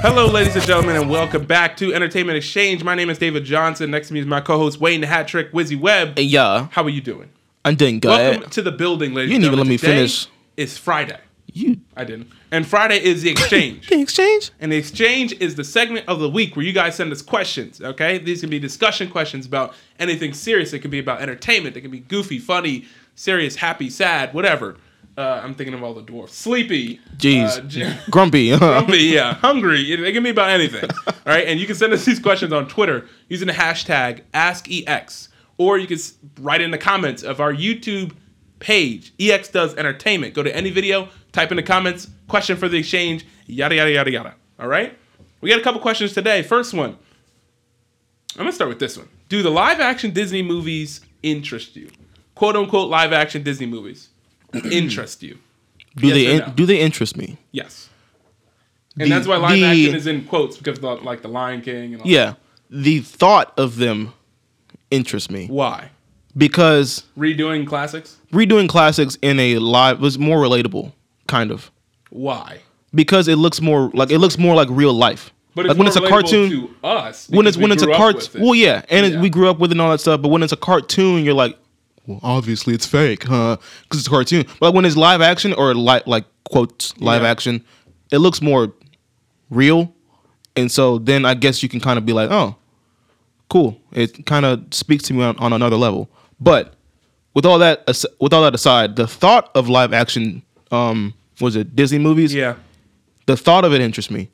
Hello, ladies and gentlemen, and welcome back to Entertainment Exchange. My name is David Johnson. Next to me is my co-host Wayne the Hat Trick Wizzy Webb. Yeah, How are you doing? I'm doing good. Welcome to the building, ladies. You and didn't even gentlemen. let me finish. It's Friday. You I didn't. And Friday is the exchange. the exchange? And the exchange is the segment of the week where you guys send us questions, okay? These can be discussion questions about anything serious. It can be about entertainment. It can be goofy, funny, serious, happy, sad, whatever. Uh, I'm thinking of all the dwarfs. Sleepy. Jeez. Uh, j- Grumpy. Hungry, yeah, hungry. It, it can be about anything, all right? And you can send us these questions on Twitter using the hashtag AskEX, or you can s- write in the comments of our YouTube page, EX Does Entertainment. Go to any video, type in the comments, question for the exchange, yada yada yada yada. All right, we got a couple questions today. First one, I'm gonna start with this one. Do the live action Disney movies interest you? Quote unquote live action Disney movies interest you? do Yes they or in, no? do they interest me? Yes. And The- that's why live the- action is in quotes because the, like the Lion King and all Yeah, the thought of them interests me Why? because Redoing classics? redoing classics in a live was more relatable, kind of, Why? because it looks more like it looks more like real life. But it's like when more it's a relatable cartoon, to us. when because it's we when it's a grew up cart. with it. Well, yeah, and It, Yeah. we grew up with it and all that stuff. But when it's a cartoon, you're like, well, obviously it's fake, huh? Because it's a cartoon. But when it's live action or li- like quotes live Yeah. action, it looks more real, and so then I guess you can kind of be like, oh, cool. It kind of speaks to me on, on another level. But with all that as- with all that aside, the thought of live action, um, was it Disney movies? yeah. the thought of it interests me.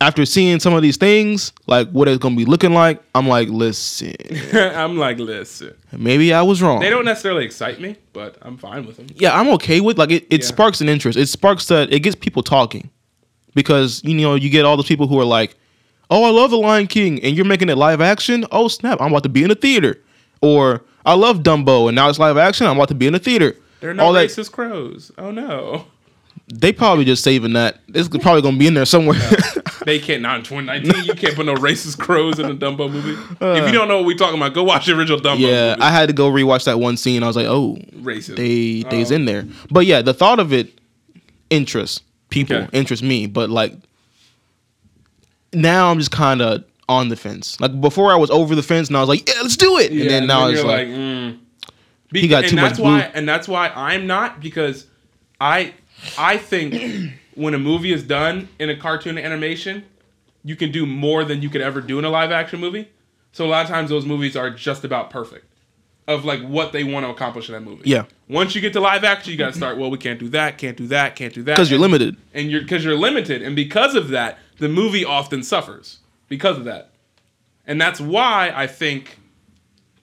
After seeing some of these things, like what it's gonna be looking like, I'm like, listen, I'm like, listen. maybe I was wrong. They don't necessarily excite me, but I'm fine with them. yeah, I'm okay with like it. It Yeah. sparks an interest. It sparks that it gets people talking, because you know you get all those people who are like, oh, I love The Lion King, and you're making it live action. Oh snap, I'm about to be in a theater. Or I love Dumbo, and now it's live action. I'm about to be in a theater. They're not all that, racist crows. Oh no. they probably just saving that. It's probably gonna be in there somewhere. They can't not in 2019. You can't put no racist crows in a Dumbo movie. if you don't know what we're talking about, go watch the original Dumbo Uh. yeah, movie. I had to go rewatch that one scene. I was like, oh, Racism. they Oh. they's in there. But yeah, the thought of it interests people, Okay. interests me. But like now, I'm just kind of on the fence. Like before, I was over the fence, and I was like, yeah, let's do it. and Yeah, then now it's you're like, mm. He got and too much that's why, blue. and that's why I'm not because I I think when a movie is done in a cartoon animation, you can do more than you could ever do in a live action movie. So a lot of times those movies are just about perfect of like what they want to accomplish in that movie. Yeah. Once you get to live action, you got to start. Well, we can't do that. Can't do that. Can't do that. because you're And- limited. and you're because you're limited, and because of that, the movie often suffers because of that, and that's why I think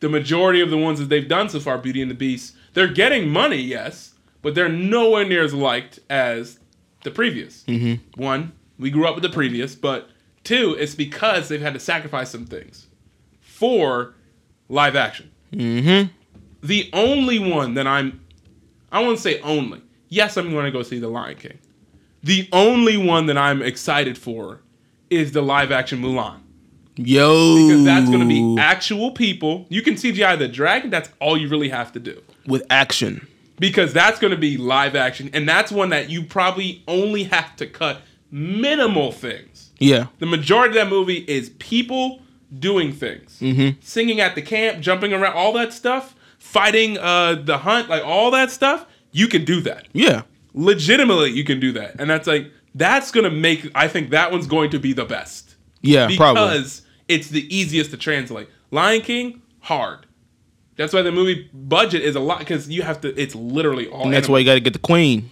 the majority of the ones that they've done so far, Beauty and the Beast, they're getting money, yes, but they're nowhere near as liked as the previous. Mm-hmm. One, we grew up with the previous, but two, it's because they've had to sacrifice some things for live action. Mm-hmm. The only one that I'm, I won't say only. Yes, I'm going to go see The Lion King. The only one that I'm excited for is the live action Mulan. Yo, Because that's going to be actual people. You can CGI the dragon, that's all you really have to do. with action. Because that's going to be live action. And that's one that you probably only have to cut minimal things. Yeah, The majority of that movie is people doing things, singing at the camp, jumping around, all that stuff, fighting uh, the hunt, like all that stuff. You can do that. yeah. Legitimately, you can do that, and that's like that's gonna make. I think that one's going to be the best Yeah, probably. because it's the easiest to translate. Lion King, hard. That's why the movie budget is a lot because you have to. It's literally all. And that's why animals. you got to get the queen,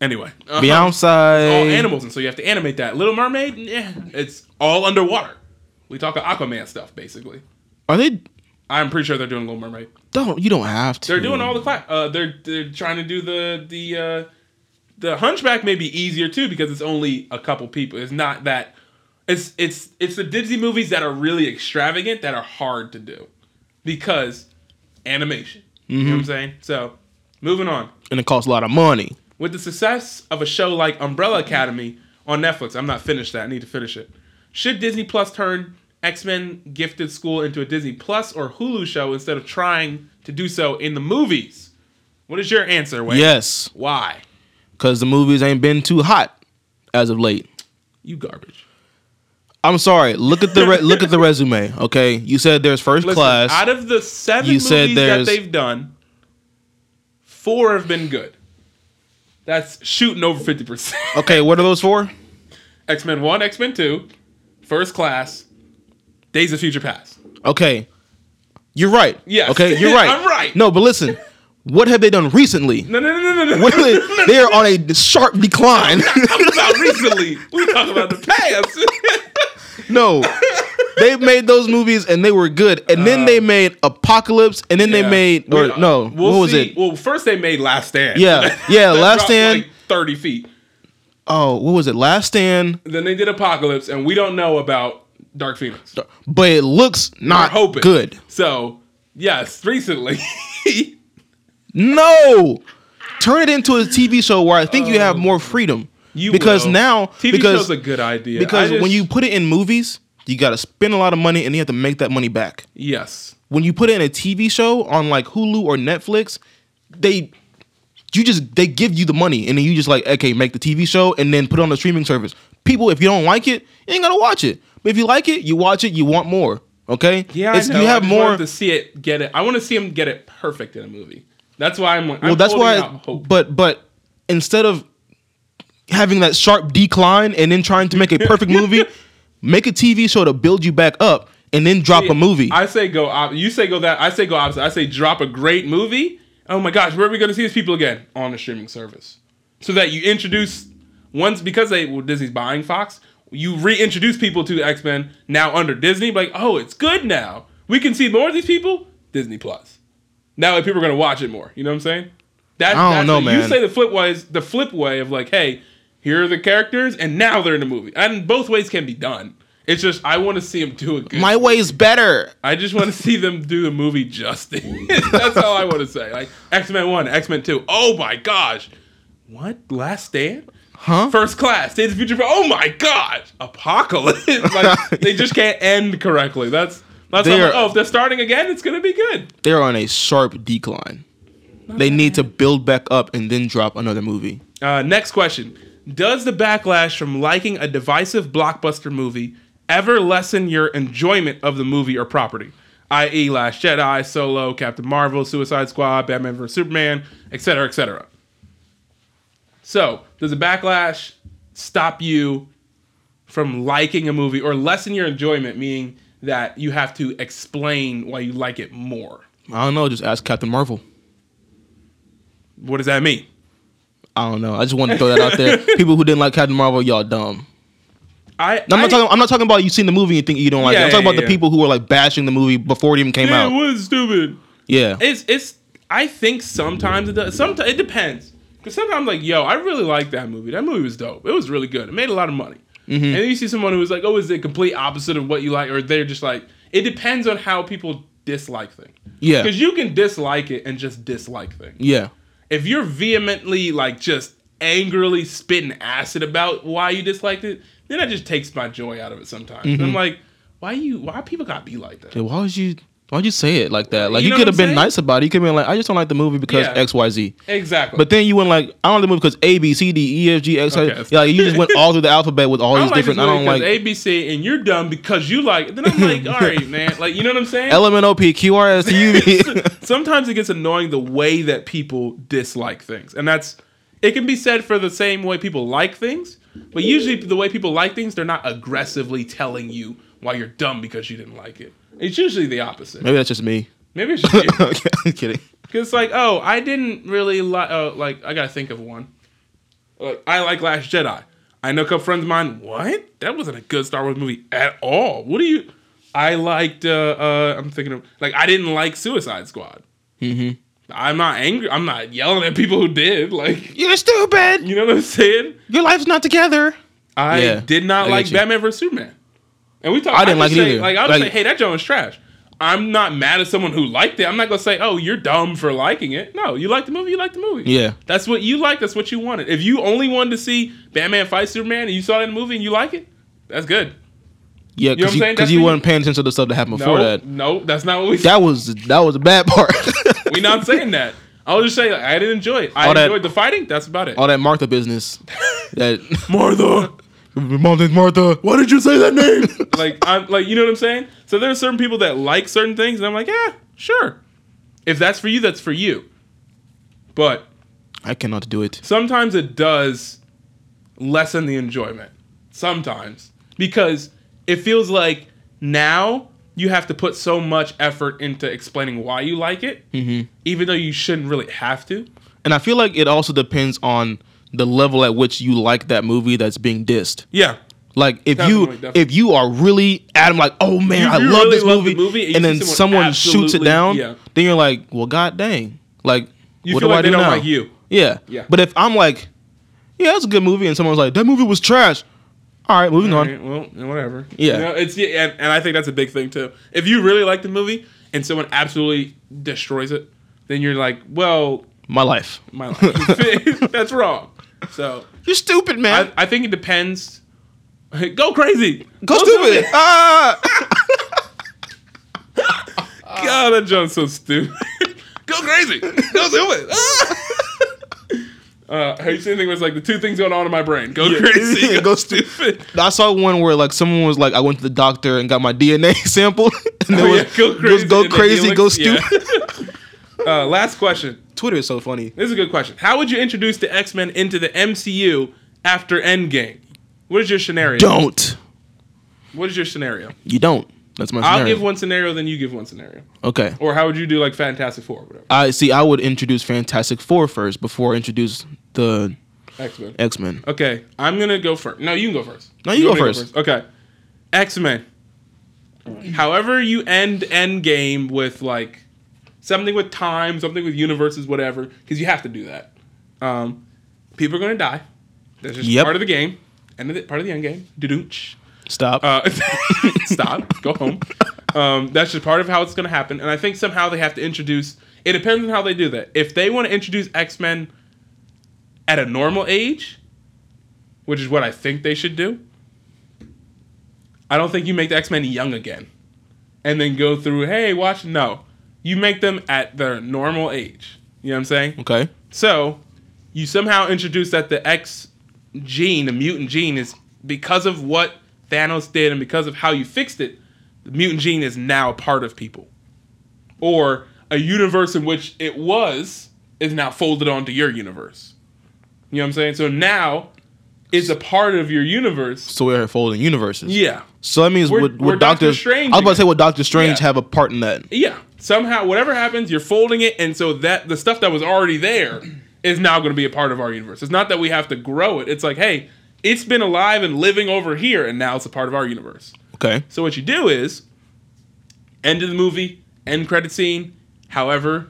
Anyway, Beyonce. Uh-huh. all animals, and so you have to animate that. Little Mermaid, eh, it's all underwater. We talk of Aquaman stuff, basically. Are they? I'm pretty sure they're doing Little Mermaid. Don't you don't have to. They're doing all the cla- uh, they're they're trying to do the the uh, the Hunchback may be easier too because it's only a couple people. It's not that it's it's it's the Disney movies that are really extravagant that are hard to do because animation. You know Mm-hmm. what I'm saying? So, moving on. and it costs a lot of money. With the success of a show like Umbrella Academy on Netflix, I'm not finished that. I need to finish it. Should Disney Plus turn X Men Gifted School into a Disney Plus or Hulu show instead of trying to do so in the movies? What is your answer, Wayne? Yes, Why? because the movies ain't been too hot as of late. You garbage. I'm sorry. Look at the re- look at the resume. Okay, you said there's first Listen, class. out of the seven you movies said that there's- they've done, four have been good. That's shooting over fifty percent. okay, what are those for? X Men One, X Men Two, First Class, Days of Future Past. Okay, you're right. Yes. Okay, you're right. I'm right. No, but listen, what have they done recently? No, no, no, no, no. no. What are they, they are on a sharp decline. talking about recently. We talking about the past. no. They made those movies and they were good, and then they made Apocalypse, and then Uh, Yeah. they made We- or, no, we'll what was see. it? Well, first they made Last Stand. Yeah, yeah, That Last dropped, Stand. like thirty feet. Oh, what was it? Last Stand, Then they did Apocalypse, and we don't know about Dark Phoenix. but it looks We're not hoping good. So yes, recently. No, turn it into a TV show where I think you have more freedom. Um, You because will. now TV because show's a good idea. because I just- when you put it in movies, you got to spend a lot of money and you have to make that money back. yes, When you put it in a TV show on like Hulu or Netflix, they you just they give you the money and then you just like okay make the TV show and then put it on the streaming service. People, if you don't like it, you ain't gotta watch it. But if you like it, you watch it. You want more, okay? yeah, It's- I know. you have I just more. wanted to see it get it. I want to see him get it perfect in a movie. That's why I'm. Well, that's why. Out hope. But but instead of having that sharp decline and then trying to make a perfect movie, make a TV show to build you back up and then drop a movie. I say go. Op- you say go that. I say go opposite. I say drop a great movie. Oh my gosh, where are we going to see these people again on a streaming service? So that you introduce once because they well Disney's buying Fox. You reintroduce people to X Men now under Disney. Like oh, it's good now. We can see more of these people. Disney Plus. Now people are going to watch it more. You know what I'm saying? That, I don't know, what- You man. say the flip way is the flip way of like, hey, here are the characters, and now they're in the movie. And both ways can be done. It's just I want to see them do a good. My way's better. I just want to see them do the movie justice. That's all I want to say. Like X Men One, X Men Two. Oh my gosh, what Last Stand? Huh? First Class, Days of Future. Pa- Oh my gosh, Apocalypse. like they just can't end correctly. That's that's how I'm They like, are- oh if they're starting again, it's gonna be good. They're on a sharp decline. They need to build back up and then drop another movie. Uh, next question: Does the backlash from liking a divisive blockbuster movie ever lessen your enjoyment of the movie or property? I.e., Last Jedi, Solo, Captain Marvel, Suicide Squad, Batman vs Superman, etc., etc. So, does the backlash stop you from liking a movie or lessen your enjoyment, meaning that you have to explain why you like it more? I don't know. Just ask Captain Marvel. What does that mean? I don't know. I just want to throw that out there. People who didn't like Captain Marvel, y'all dumb. I, I'm I- not talking. I'm not talking about you seen the movie and think you don't like it. Yeah, I'm talking yeah, about yeah. the people who were like bashing the movie before it even came Yeah, it out. was stupid. Yeah. It's it's. I think sometimes it does. Sometimes it depends. Cause sometimes I'm like, yo, I really like that movie. That movie was dope. It was really good. It made a lot of money. Mm-hmm. And then you see someone who's like, oh, is it complete opposite of what you like, or they're just like, it depends on how people dislike things. Yeah. Because you can dislike it and just dislike things. Yeah. If you're vehemently like just angrily spitting acid about why you disliked it, then that just takes my joy out of it sometimes. And I'm like, why you? Why people gotta be like that? Mm-hmm. Yeah, why would you why'd you say it like that? Like You you, know what could have been I'm saying? nice about it. You could have been like, I just don't like the movie because Yeah. XYZ. Exactly. But then you went like, I don't like the movie because A B C D E F G X Y. Okay. Yeah, Like you just went all through the alphabet with all I these don't like different. this I don't movie like 'cause ABC, and you're dumb because you like. It. Then I'm like, all right, man. Like, you know what I'm saying? L M N O P Q R S T U V. Sometimes it gets annoying the way that people dislike things, and that's it can be said for the same way people like things, but usually the way people like things, they're not aggressively telling you why you're dumb because you didn't like it. It's usually the opposite. Maybe that's just me. Maybe it's just you. Okay, I'm kidding. Cause it's like, oh, I didn't really like. Oh, like I gotta think of one. Like I like Last Jedi. I know a couple friends of mine. What? That wasn't a good Star Wars movie at all. What do you? I liked. Uh, uh, I'm thinking of like I didn't like Suicide Squad. Mhm. I'm not angry. I'm not yelling at people who did. Like You're stupid. you know what I'm saying. Your life's not together. I Yeah, did not I like get you. Batman vs Superman. And we talk. I didn't like it just say, either. Like I would Like- say, hey, that joint was trash. I'm not mad at someone who liked it. I'm not gonna say, oh, you're dumb for liking it. No, you like the movie. You like the movie. Yeah. that's what you like. That's what you wanted. If you only wanted to see Batman fight Superman and you saw it in the movie and you like it, that's good. Yeah, know what I'm because you, saying? 'cause That's you me. weren't paying attention to the stuff that No, happened before that. no, that's not what we. That was that was the bad part. we not saying that. I was just saying like, I didn't enjoy it. I All that- enjoyed the fighting. That's about it. all that Martha business. That Martha, Mom name's Martha. Why did you say that name? like I'm like you know what I'm saying? So there are certain people that like certain things, and I'm like, yeah, sure. If that's for you, that's for you. But I cannot do it. sometimes it does lessen the enjoyment. Sometimes. Because it feels like now you have to put so much effort into explaining why you like it, Mm-hmm. even though you shouldn't really have to. And I feel like it also depends on the level at which you like that movie that's being dissed. Yeah. Like if Definitely, you definitely. if you are really at him like, oh man, You- I you love really this love the movie, movie, and you and then see someone someone shoots it absolutely- down, yeah. then you're like, well, god dang, like You what feel do like I they do don't now? like you. Yeah. Yeah. But if I'm like, yeah, that's a good movie, and someone's like, that movie was trash. All right, moving on. Alright, well, whatever. Yeah. You know, it's yeah, and, and I think that's a big thing too. If you really like the movie and someone absolutely destroys it, then you're like, well, My life. my life. that's wrong. So You're stupid, man. I, I think it depends. Go crazy. Go stupid. ah. God, that John's so stupid. Go crazy. Go stupid. uh, have you seen anything that's like the two things going on in my brain? Go crazy. Yeah, Go go stupid. I saw one where like someone was like, I went to the doctor and got my DNA sample, and there Oh, was yeah, go crazy. go, and the crazy, go helix, yeah. stupid. uh, last question. Twitter is so funny. This is a good question. How would you introduce the X Men into the MCU after Endgame? What is your scenario? Don't What is your scenario? you don't? That's my I'll scenario. give one scenario, then you give one scenario. okay. Or how would you do like Fantastic Four or whatever? I see. I would introduce Fantastic Four first before I introduce the X Men. X Men. Okay, I'm gonna go first. No, you can go first. No, you go want me to first. Okay, X Men. However, you end Endgame with like something with time, something with universes, whatever, because you have to do that. Um, people are gonna die. That's just Yep. part of the game. End of the, part of the end game. Doo-dooch. Stop. Uh, stop. Go home. Um, that's just part of how it's going to happen. And I think somehow they have to introduce. It depends on how they do that. If they want to introduce X Men at a normal age, which is what I think they should do, I don't think you make the X Men young again, and then go through. Hey, watch. No, you make them at their normal age. You know what I'm saying? okay. So, you somehow introduce that the X gene, the mutant gene, is because of what Thanos did and because of how you fixed it, the mutant gene is now a part of people. Or a universe in which it was is now folded onto your universe. You know what I'm saying? So now it's a part of your universe. So we're folding universes. Yeah. So that means We're- would, we're would Doctor, Doctor Strange I was about to say again. would Doctor Strange Yeah. have a part in that? Yeah. Somehow, whatever happens, you're folding it, and so that the stuff that was already there is now going to be a part of our universe. It's not that we have to grow it. It's like, hey, it's been alive and living over here, and now it's a part of our universe. Okay. So what you do is, end of the movie, end credit scene. However,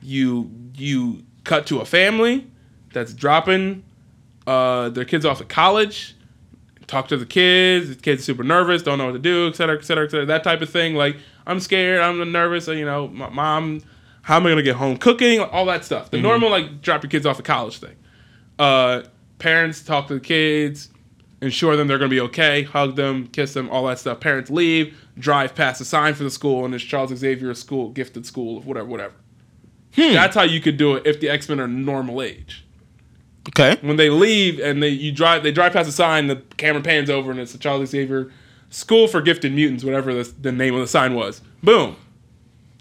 you you cut to a family that's dropping uh, their kids off at college. Talk to the kids. The kids super nervous, don't know what to do, et cetera, et cetera, et cetera. That type of thing. Like I'm scared, I'm nervous. You know, my mom. How am I gonna get home? Cooking, all that stuff. The normal like drop your kids off at college thing uh, parents talk to the kids, ensure them they're going to be okay, hug them, kiss them, all that stuff. Parents leave, drive past a sign for the school, and it's Charles Xavier School, gifted school, whatever, whatever. That's how you could do it if the X Men are normal age. Okay. When they leave and they you drive, they drive past a sign. The camera pans over, and it's the Charles Xavier School for Gifted Mutants, whatever the, the name of the sign was. Boom.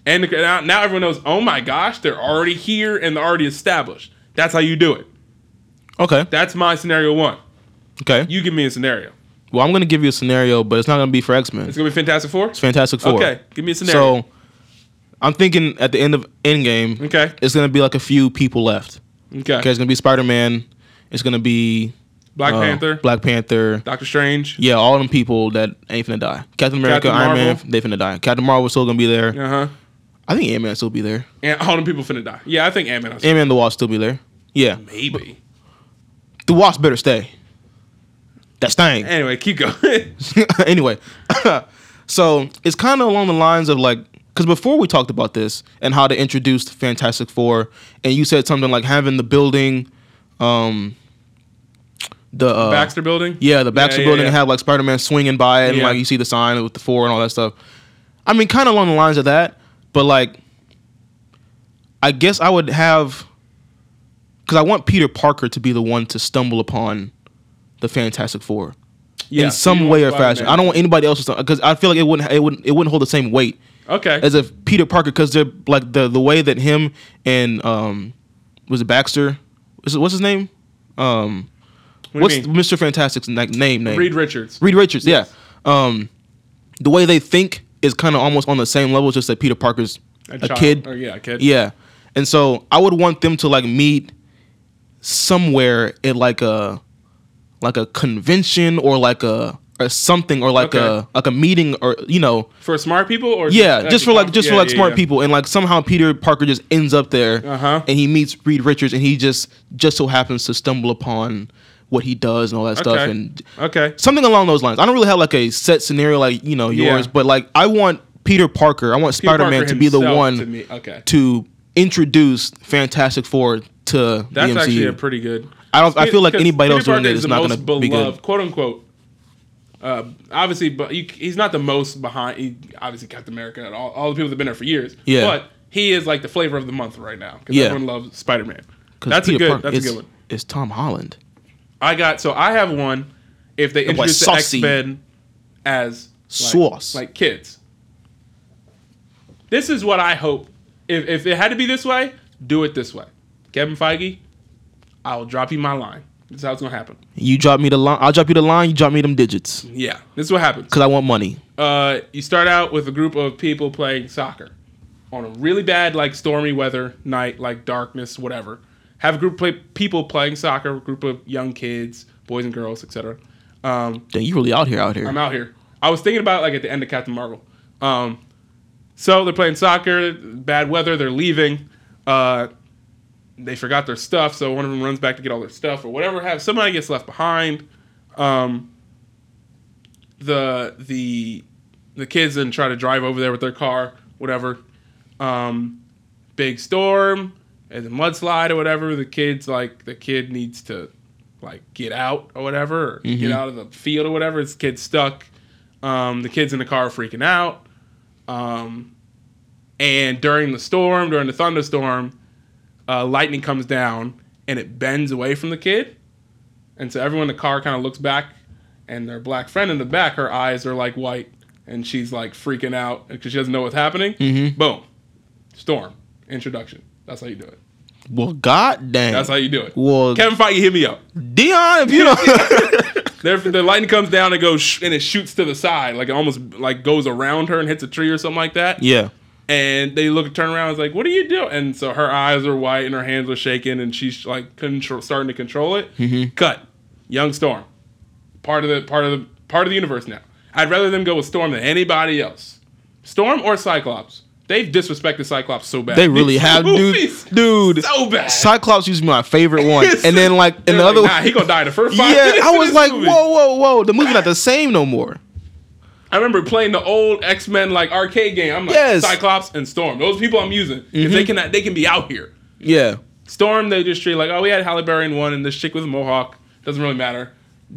And the, now, now everyone knows. Oh my gosh, they're already here and they're already established. That's how you do it. Okay. That's my scenario one. Okay. You give me a scenario. Well, I'm gonna give you a scenario, but it's not gonna be for X Men. It's It's gonna be Fantastic Four. Fantastic Four. Okay, give me a scenario. So I'm thinking at the end of Endgame, okay, it's gonna be like a few people left. okay. Okay, it's gonna be Spider Man. It's gonna be Black uh, Panther, Black Panther. Doctor Strange. Yeah, all them people that ain't finna die. Captain America, Captain Iron Marvel. Man, they finna die. Captain Marvel's still gonna be there. Uh huh. I think Ant Man still be there. And all them people finna die. Yeah, I think Ant Man. Ant Man the Wasp still be there. Yeah, Maybe. the Wasp better stay. That's thing. Anyway, keep going. Uh, anyway, so it's kind of along the lines of like, because before we talked about this and how they introduced Fantastic Four, and you said something like having the building, um, the uh, Baxter Building. yeah, the Baxter yeah, building, and yeah. have like Spider Man swinging by, and Yeah. like you see the sign with the four and all that stuff. I mean, kind of along the lines of that, but like, I guess I would have, because I want Peter Parker to be the one to stumble upon the Fantastic Four. Yeah, in you some want way or Spider-Man. fashion. I don't want anybody else's because I feel like it wouldn't it wouldn't it wouldn't hold the same weight Okay. as if Peter Parker because they're like the the way that him and um was it Baxter Is it- what's his name um What what's do you mean? Mr. Fantastic's like name name Reed Richards. Reed Richards yeah um the way they think is kind of almost on the same level just that Peter Parker's a, child. kid Or, yeah, a kid. yeah. And so I would want them to like meet somewhere at like a like a convention or like a or something or like Okay. a like a meeting or you know For smart people or yeah just for like just for Yeah, like yeah, smart yeah. people and like somehow Peter Parker just ends up there Uh-huh. and he meets Reed Richards and he just just so happens to stumble upon what he does and all that stuff Okay. and Okay. something along those lines. I don't really have like a set scenario like you know Yeah. yours, but like I want Peter Parker, I want Peter Spider Man Parker to be the himself one to me. Okay. to introduce Fantastic Four to That's the MCU. actually a pretty good. I don't- I feel like Because anybody Peter else doing Parker it is not the most gonna be good. beloved, Quote unquote. Uh, obviously, but you, he's not the most behind. He, obviously, Captain America and all, all the people that've been there for years. Yeah. But he is like the flavor of the month right now because Yeah. everyone loves Spider Man. 'Cause That's a Peter good. Parker that's a is- good one. Is Tom Holland? I got so I have one. If they boy introduce the X saucy. Men as like, Sauce. like kids, this is what I hope. If if it had to be this way, do it this way. Kevin Feige, I will drop you my line. This is how it's gonna happen. You drop me the line. I'll drop you the line. You drop me them digits Yeah, this is what happens. because I want money. Uh, you start out with a group of people playing soccer on a really bad, like stormy weather night, like darkness, whatever. Have a group of play, people playing soccer, group of young kids, boys and girls, etc. Um, Dang, you really out here, out here. I'm out here. I was thinking about it, like at the end of Captain Marvel. Um, so they're playing soccer, bad weather, they're leaving. Uh, they forgot their stuff, so one of them runs back to get all their stuff or whatever. Have somebody gets left behind. Um, the the the kids then try to drive over there with their car, whatever. Um, big storm and the mudslide or whatever. The kids like the kid needs to like get out or whatever, or get out of the field or whatever. This kid's stuck. Um, the kids in the car are freaking out. Um, and during the storm, during the thunderstorm, uh, lightning comes down and it bends away from the kid. And so everyone in the car kind of looks back, and their black friend in the back, her eyes are like white, and she's like freaking out because she doesn't know what's happening. Mhm. Boom, storm introduction. That's how you do it. Well, god dang. That's how you do it. well, Kevin Feige hit me up. Dion, if you don't. There, the lightning comes down and goes, sh- and it shoots to the side, like it almost like goes around her and hits a tree or something like that. yeah. And they look, turn around, it's like, "What are you doing?" And so her eyes are white and her hands are shaking, and she's like control, starting to control it. Mm-hmm. Cut, young Storm, part of the part of the part of the universe now. I'd rather them go with Storm than anybody else. Storm or Cyclops. They've disrespected Cyclops so bad. They really have, dude. Movies. Dude, So bad. Cyclops used to be my favorite one, It's- and then like They're and the other like, one. nah, he gonna die the first five. Yeah, minutes I of was this like, movie. whoa, whoa, whoa. The movie not the same no more. I remember playing the old X Men like arcade game. I'm like Yes. Mm-hmm. Cyclops and Storm. Those people I'm using 'cause they can they can be out here. Yeah. Storm they just treat like oh we had Halle Berry in one and this chick with a mohawk doesn't really matter.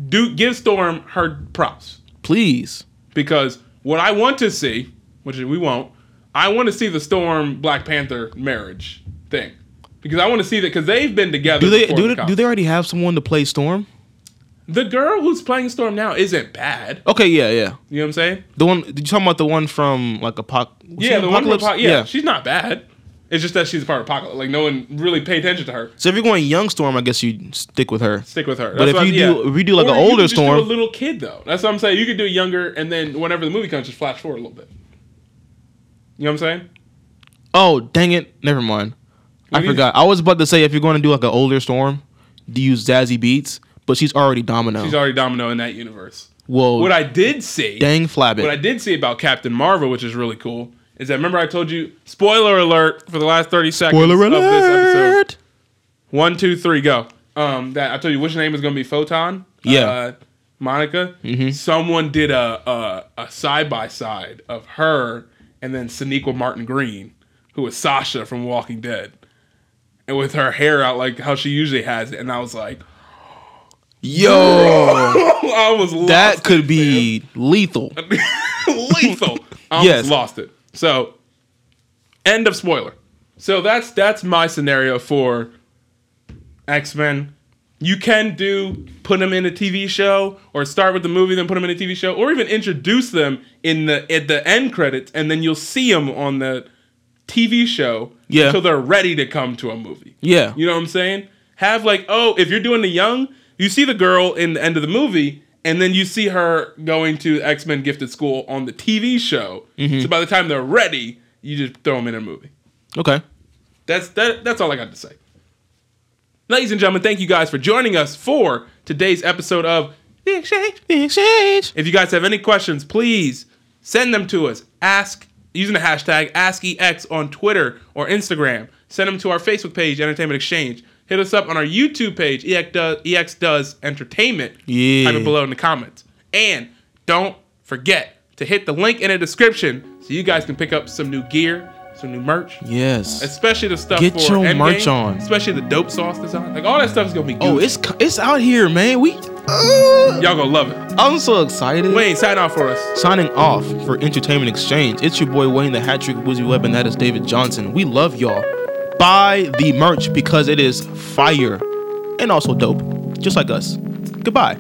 Do give Storm her props Please. because what I want to see, which we won't, I want to see the Storm Black Panther marriage thing because I want to see that because they've been together. Do they before do the they, do they already have someone to play Storm? The girl who's playing Storm now isn't bad. Okay, yeah, yeah. You know what I'm saying? The one did you talking about the one from like Apoc- was Yeah, she the in one with Apocalypse? Apo- yeah, she's not bad. It's just that she's a part of Apocalypse. Like no one really paid attention to her. so if you're going young Storm, I guess you stick with her. Stick with her. But if what you do- if you do, like, Or an you could older just Storm- do a little kid though. That's what I'm saying. You could do younger, and then whenever the movie comes, just flash forward a little bit. You know what I'm saying? Oh, dang it. Never mind. What I do you- forgot. I was about to say if you're going to do like an older Storm, do you use Zazzy Beats, but she's already Domino. She's already Domino in that universe. well, What I did see, Oh. dang what I flabbit. did see about Captain Marvel, which is really cool, is that remember I told you spoiler alert for the last 30 seconds Spoiler of this episode. alert. One, two, three, go. Um, that I told you which name was gonna be Photon. Yeah. Mm-hmm. Uh, Monica. Someone did a a side by side of her and then Sonequa Martin Green, who is Sasha from Walking Dead, and with her hair out like how she usually has it. And I was like, Yo, I was lost that could it, be lethal. man. lethal. I almost Yes. lost it. So, end of spoiler. So that's that's my scenario for X Men you can do put them in a TV show or start with the movie, then put them in a TV show, or even introduce them in the at the end credits, and then you'll see them on the TV show Yeah. until they're ready to come to a movie. Yeah. You know what I'm saying? Have like, oh, if you're doing the young, you see the girl in the end of the movie, and then you see her going to X Men Gifted School on the TV show. So by the time they're ready, you just throw them in a movie. Okay. That's that. That's all I got to say. Ladies and gentlemen, thank you guys for joining us for today's episode of The Exchange. If you guys have any questions, please send them to us. Ask using the hashtag AskEX on Twitter or Instagram. Send them to our Facebook page, Entertainment Exchange. Hit us up on our YouTube page, E EX does, EX does Entertainment. Yeah. Type it below in the comments. And don't forget to hit the link in the description so you guys can pick up some new gear, some new merch, Yes. especially the stuff Get for your Endgame, merch on. especially the dope sauce design. Like all that stuff is gonna be. Oh, good. it's co- it's out here, man. We. Uh, y'all gonna love it. I'm so excited. Wayne, sign off for us. Signing off for Entertainment Exchange. It's your boy Wayne, the hat trick wizzy web, and that is David Johnson. We love y'all. Buy the merch because it is fire and also dope, just like us. Goodbye.